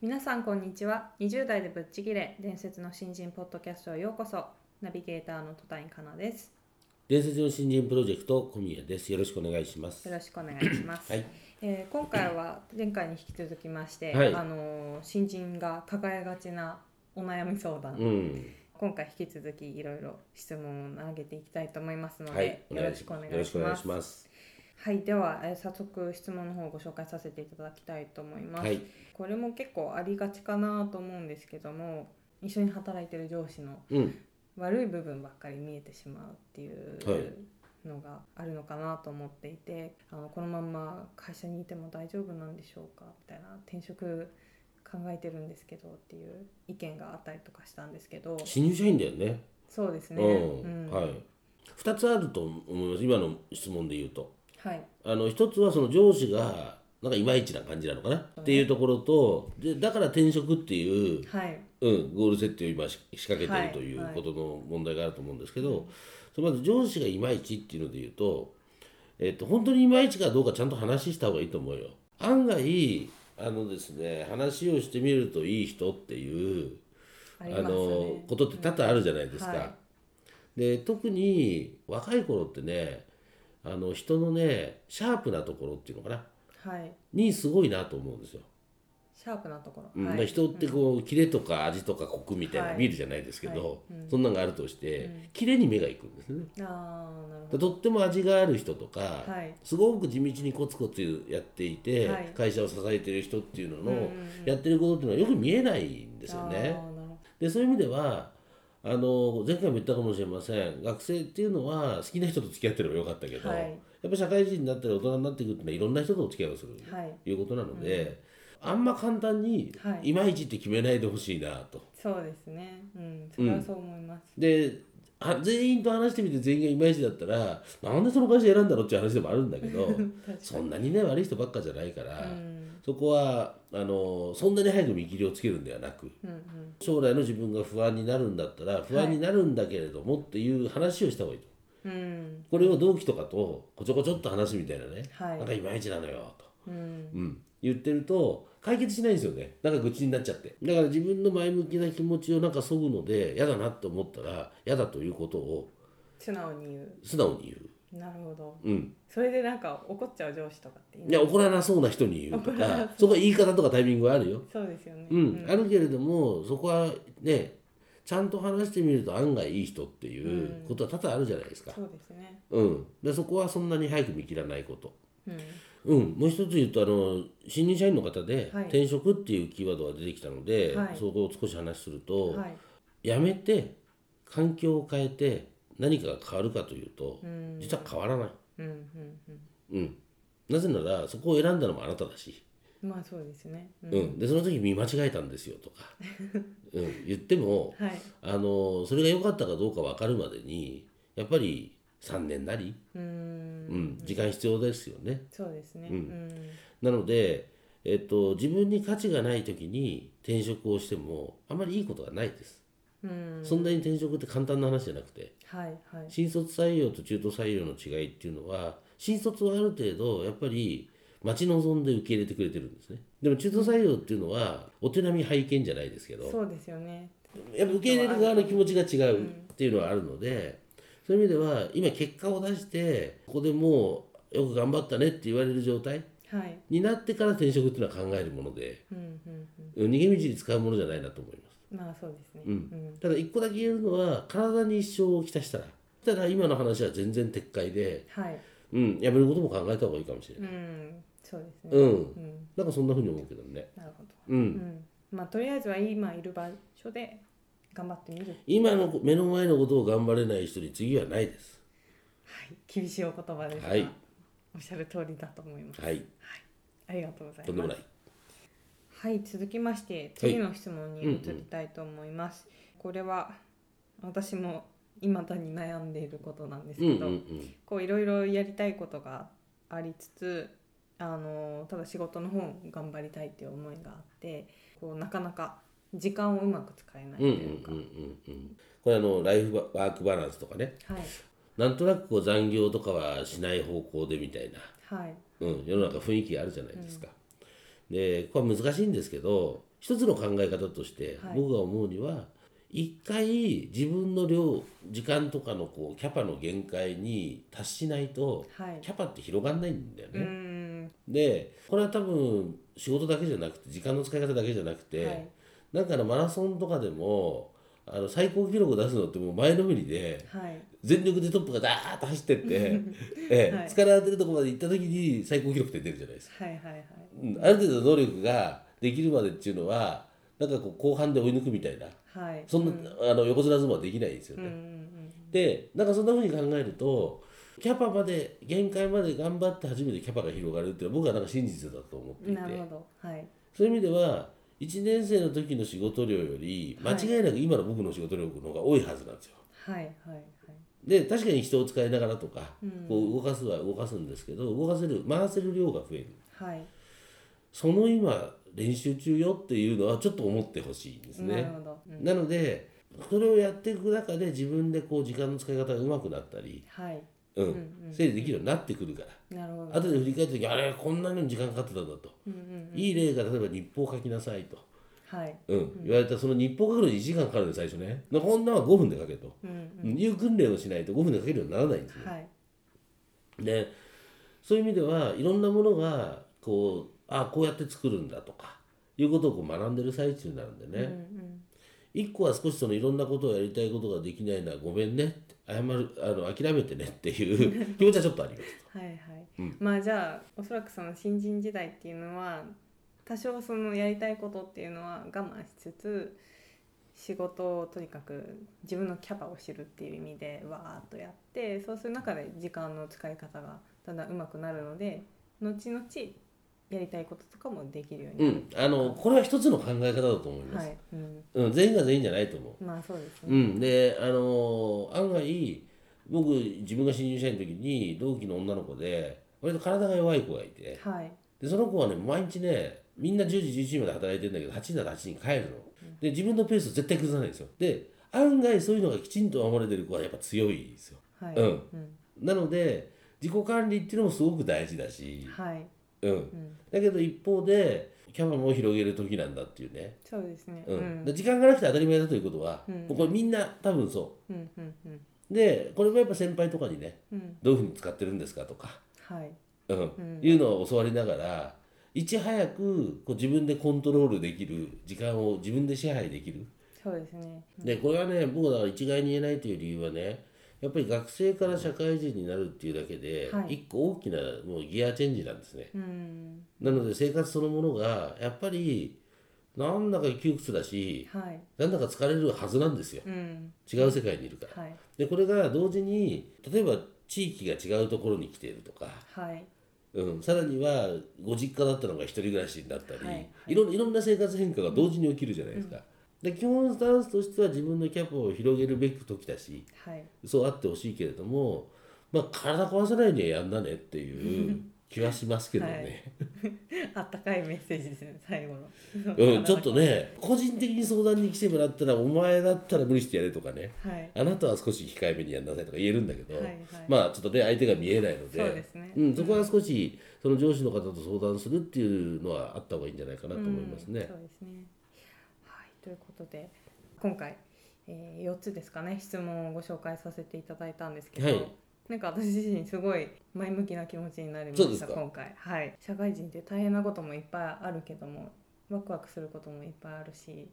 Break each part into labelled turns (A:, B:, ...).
A: 皆さんこんにちは20代でぶっちぎれ伝説の新人ポッドキャストへようこそナビゲーターの戸谷香奈です
B: 伝説の新人プロジェクト小宮ですよろしくお願いします
A: よろしくお願いします。
B: はい
A: えー今回は前回に引き続きまして、
B: はい
A: あのー新人が抱えがちなお悩み相談、
B: うん
A: 今回引き続きいろいろ質問を投げていきたいと思いますの
B: はい
A: で、よろしくお願いし
B: よろ
A: ま
B: し
A: す。
B: くお願いします
A: はい、では、えー早速質問の方をご紹介させていただきたいと思います。
B: はい
A: これも結構ありがちかなと思うんですけども、一緒に働いてる上司の
B: うん
A: 悪い部分ばっかり見えてしまうっていう
B: はい
A: のがあるのかなと思っていて、あのこのまんま会社にいても大丈夫なんでしょうかみたいな転職考えてるんですけどっていう意見があったりとかしたんですけど
B: 新入社員だよね
A: そうですね、
B: うん、
A: うん
B: はい二つあると思います今の質問で言うと
A: はい
B: あの一つはその上司がなんかいまいちな感じなのかなっていうところとでだから転職っていう
A: はい
B: うん、ゴール設定を今し仕掛けて
A: は
B: る
A: い
B: という
A: はい
B: ことの問題があると思うんですけど、そのまず上司がいまいちっていうので言うと、えっと、本当にいまいちかどうかちゃんと話した方がいいと思うよ。案外あのですね話をしてみるといい人っていう
A: あ
B: あ、
A: りますね
B: のことって多々あるじゃないですか。
A: うんは
B: で特に若い頃ってねあの人のねシャープなところっていうのかな
A: はい
B: にすごいなと思うんですよ。
A: シャープなところ、
B: うん
A: は
B: まあ
A: い
B: 人ってこうキレとか味とかコクみたいな
A: はい
B: 見るじゃないですけど、
A: は
B: そんなんがあるとして、キレに目がいくんですね。
A: あーなるほ
B: とっても味がある人とか、
A: どはい
B: すごく地道にコツコツやっていて、
A: はい
B: 会社を支えてる人っていうの
A: うんうん
B: の
A: うん
B: やってることっていうのはよく見えないんですよ
A: あーなる
B: ね。
A: ほど
B: でそういう意味ではあの前回も言ったかもしれません学生っていうのは好きな人と付き合ってればよかったけど、
A: はい
B: やっぱ社会人になったり大人になってくるっていうのはいろんな人とお付き合いをする。
A: はい
B: いうことなので、あんま簡単に
A: はい
B: いまいちって決めないでほしいなと。
A: そうですねうんそれはそう思います、
B: であ全員と話してみて全員がいまいちだったらなんでその会社選んだのっていう話でもあるんだ けどそんなにね悪い人ばっかじゃないから、
A: うん
B: そこはあのそんなに早く見切りをつけるんではなく
A: うんうん
B: 将来の自分が不安になるんだったら不安になるんだけれどもっていう話をした方がいいと。
A: うん
B: これを同期とかとこちょこちょっと話すみたいなね、
A: はい
B: なんかいまいちなのよと。
A: うん
B: うん、言ってると解決しないんですよねなんか愚痴になっちゃってだから自分の前向きな気持ちをなんかそぐので嫌だなと思ったら嫌だということを
A: 素直に言
B: 素直に
A: うなるほど
B: 言う、うん、
A: それでなんか怒っちゃう上司とかっていない
B: いや怒らなそうな人に言うと
A: 怒らな
B: かそこは言い方とかタイミングはあるよ、
A: そうですよね
B: うんあるけれどもそこはねちゃんと話してみると案外いい人っていうことは多々あるじゃないですか、
A: そうですね
B: うん、でそこはそんなに早く見切らないこと
A: うん
B: うん、もう一つ言うとあの新入社員の方で
A: はい
B: 転職っていうキーワードが出てきたので、
A: はい
B: そこを少し話すると、
A: はい
B: 辞めて環境を変えて何かが変わるかというと
A: うん
B: 実は変わらない、
A: うんうんうん
B: うん、なぜならそこを選んだのもあなただし、
A: まあそうですねう
B: うんんでその時見間違えたんですよ とか、うん、言っても
A: はい
B: あのそれが良かったかどうか分かるまでにやっぱり3年なり、
A: う
B: うんん、時間必要ですよね。
A: そうですね
B: う
A: うん
B: なので、えっと、自分に価値がない時に転職をしてもあまりいいことがないです、
A: うん
B: そんなに転職って簡単な話じゃなくて
A: はいはい
B: 新卒採用と中途採用の違いっていうのは新卒はある程度やっぱり待ち望んで受け入れてくれてるんですねでも中途採用っていうのはお手並み拝見じゃないですけど
A: そうですよね
B: やっぱ受け入れる側の気持ちが違うっていうのはあるので、そういう意味では今結果を出してここでもうよく頑張ったねって言われる状態
A: はい
B: になってから転職っていうのは考えるもので
A: うんうんう
B: 逃げ道に使うものじゃないなと思いま
A: んまあそうですね
B: うんすただ一個だけ言えるのは体に一生をきたしたらただ今の話は全然撤回で、
A: はい
B: うん、やめることも考えた方がいいかもしれない
A: うんそうですね
B: うん、
A: うん
B: なんかそんな風に思うけどね
A: なるほど
B: うん、
A: うん、まあとりあえずは今いる場所で頑張ってみる
B: 今の目の前のことを頑張れない人に次はないです
A: はい、厳しいお言葉ですが、
B: はい
A: おっしゃる通りだと思います。
B: はい
A: ありがとうござい
B: とんでも
A: ま
B: な
A: す
B: い。
A: はい、続きまして次の質問に移りたいと思います。これは私も未だに悩んでいることなんです
B: う
A: け
B: ん
A: ど、
B: うんうん
A: こういろいろやりたいことがありつつあのただ仕事の方も頑張りたいっていう思いがあってこうなかなか時間をうまく使えないと
B: うんうん
A: いうか、
B: うんうんうんこれあのライフバワークバランスとかね
A: はい
B: なんとなくこう残業とかはしない方向でみたいな、
A: はい
B: うん、世の中雰囲気があるじゃないですか。でこれは難しいんですけど一つの考え方として
A: はい
B: 僕が思うには、一回自分の量時間とかのこうキャパの限界に達しないと
A: はい
B: キャパって広がんないんだよ
A: うー
B: ね。
A: ん
B: でこれは多分仕事だけじゃなくて時間の使い方だけじゃなくて、
A: はい
B: なんかのマラソンとかでもあの最高記録を出すのってもう前のめりで
A: はい
B: 全力でトップがダーッと走ってって、 ええ
A: はい
B: 力当てるとこまで行った時に最高記録って出るじゃないですか。
A: はいはいはい
B: うん、ある程度能力ができるまでっていうのはなんかこう後半で追い抜くみたいな
A: はい
B: そんな、あの横綱相撲はできないですよ
A: う
B: ね。
A: んうんうん
B: でなんかそんな風に考えるとキャパまで限界まで頑張って初めてキャパが広がるっていうのは僕はなんか真実だと思って
A: うん
B: いて
A: なるほどはい
B: そういう意味では1年生の時の仕事量より間
A: はい
B: 違いなく今の僕の仕事量の方が多いはずなんですよ。
A: はいはいはい
B: で確かに人を使いながらとか、
A: うん
B: こう動かすは動かすんですけど動かせる回せる量が増える
A: はい
B: その今練習中よっていうのはちょっと思ってほしいんです
A: なる
B: ね。
A: ほど、うん
B: なのでそれをやっていく中で自分でこう時間の使い方がうまくなったり、
A: はい
B: うん
A: うんうん
B: 整理できるようになってくるから。
A: なるほど
B: 後で振り返った時あれこんなにも時間かかってたんだと、
A: うんうん
B: いい例が例えば日報を書きなさいと、
A: はい
B: うん言われたその日報を書くのに1時間かかるんで最初ねでこんなんは5分で書けと、
A: うん
B: いう訓練をしないと5分で書けるようにならないんですよ、
A: はい
B: でそういう意味ではいろんなものがこうあこうやって作るんだとかいうことをこう学んでる最中なんでね、
A: うんうん
B: 一個は少しそのいろんなことをやりたいことができないのはごめんねって謝るあの諦めてねっていう 気持ちはちょっとあります。
A: はいはい、
B: うん
A: まあじゃあおそらくその新人時代っていうのは多少そのやりたいことっていうのは我慢しつつ仕事をとにかく自分のキャパを知るっていう意味でわーっとやってそうする中で時間の使い方がだんだん上手くなるので後々やりたいこととかもできるように
B: う
A: なる、
B: ん、あのこれは一つの考え方だと思います、
A: はい、うん、
B: うん、全員が全員じゃないと思
A: まあそうです
B: う、う
A: ね、
B: ん、であの案外僕自分が新入社員の時に同期の女の子で割と体が弱い子がいて
A: はい
B: でその子はね毎日ねみんな10時11時まで働いてるんだけど8時なら8時に帰るので自分のペースを絶対崩さないんですよで案外そういうのがきちんと守れてる子はやっぱ強いですよ
A: はい、
B: うん
A: うん
B: なので自己管理っていうのもすごく大事だし、
A: はい、
B: うん、
A: うん、
B: だけど一方でキャパも広げる時なんだっていうね
A: そうですね
B: う、
A: うんん
B: で時間がなくて当たり前だということは、
A: うん
B: これみんな多分そ
A: うんうんうん
B: うでこれもやっぱ先輩とかにね
A: うん
B: どういうふうに使ってるんですかとか、
A: はい
B: うん
A: ん
B: いうのを教わりながらいち早くこう自分でコントロールできる時間を自分で支配できる、
A: そうですね
B: でこれはね僕はだから一概に言えないという理由はねやっぱり学生から社会人になるっていうだけで、
A: はい
B: 一個大きなもうギアチェンジなんですね。
A: うん
B: なので生活そのものがやっぱりなんだか窮屈だし
A: はい
B: なんだか疲れるはずなんですよ
A: うん
B: 違う世界にいるから。
A: はい
B: でこれが同時に例えば地域が違うところに来ているとか、
A: はい
B: うん、さらにはご実家だったのが一人暮らしになったり、
A: はいはいい
B: ろん、いろんな生活変化が同時に起きるじゃないですか。で基本スタンスとしては自分のキャパを広げるべき時だし
A: はい
B: そうあってほしいけれども、まあ、体壊さないにはやんなねっ ていう気はしますけどね、
A: あったかいメッセージですね最後の
B: うん、ちょっとね個人的に相談に来てもらったらお前だったら無理してやれとかね
A: はい
B: あなたは少し控えめにやんなさいとか言えるんだけど、
A: はいはい
B: まあちょっとね相手が見えないので
A: そうですね
B: うん、そこは少しその上司の方と相談するっていうのはあった方がいいんじゃないかなと思います
A: うん
B: ね
A: そ。うですねはいということで今回えー、4つですかね質問をご紹介させていただいたんですけど、
B: はい
A: なんか私自身すごい前向きな気持ちになりまし
B: そうです
A: た
B: か
A: 今回はい社会人って大変なこともいっぱいあるけどもワクワクすることもいっぱいあるし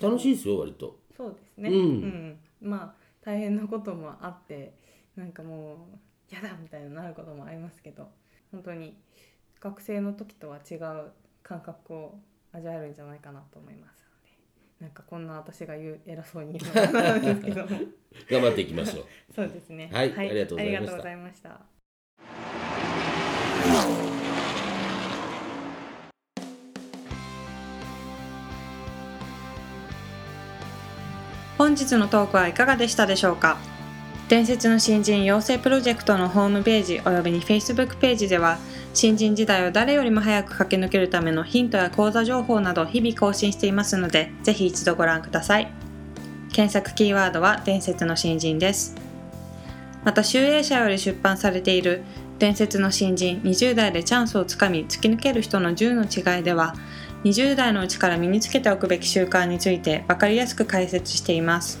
B: 楽しいですよ割と。
A: そうですね、
B: うん
A: うんまあ大変なこともあってなんかもうやだみたいになることもありますけど本当に学生の時とは違う感覚を味わえるんじゃないかなと思いますので
C: なんかこんな私が言う偉そうに言うのもなんですけども
B: 頑張っていきましょう。
C: そうですね
B: はいありがとうございました
C: ありがとうございました
A: 本日のトークはいかがでしたでしょうか伝説の新人養成プロジェクトのホームページおよびに Facebook ページでは新人時代を誰よりも早く駆け抜けるためのヒントや講座情報など日々更新していますのでぜひ一度ご覧ください検索キーワードは伝説の新人ですまた集英社より出版されている伝説の新人20代でチャンスをつかみ突き抜ける人の10の違いでは20代のうちから身につけておくべき習慣について分かりやすく解説しています。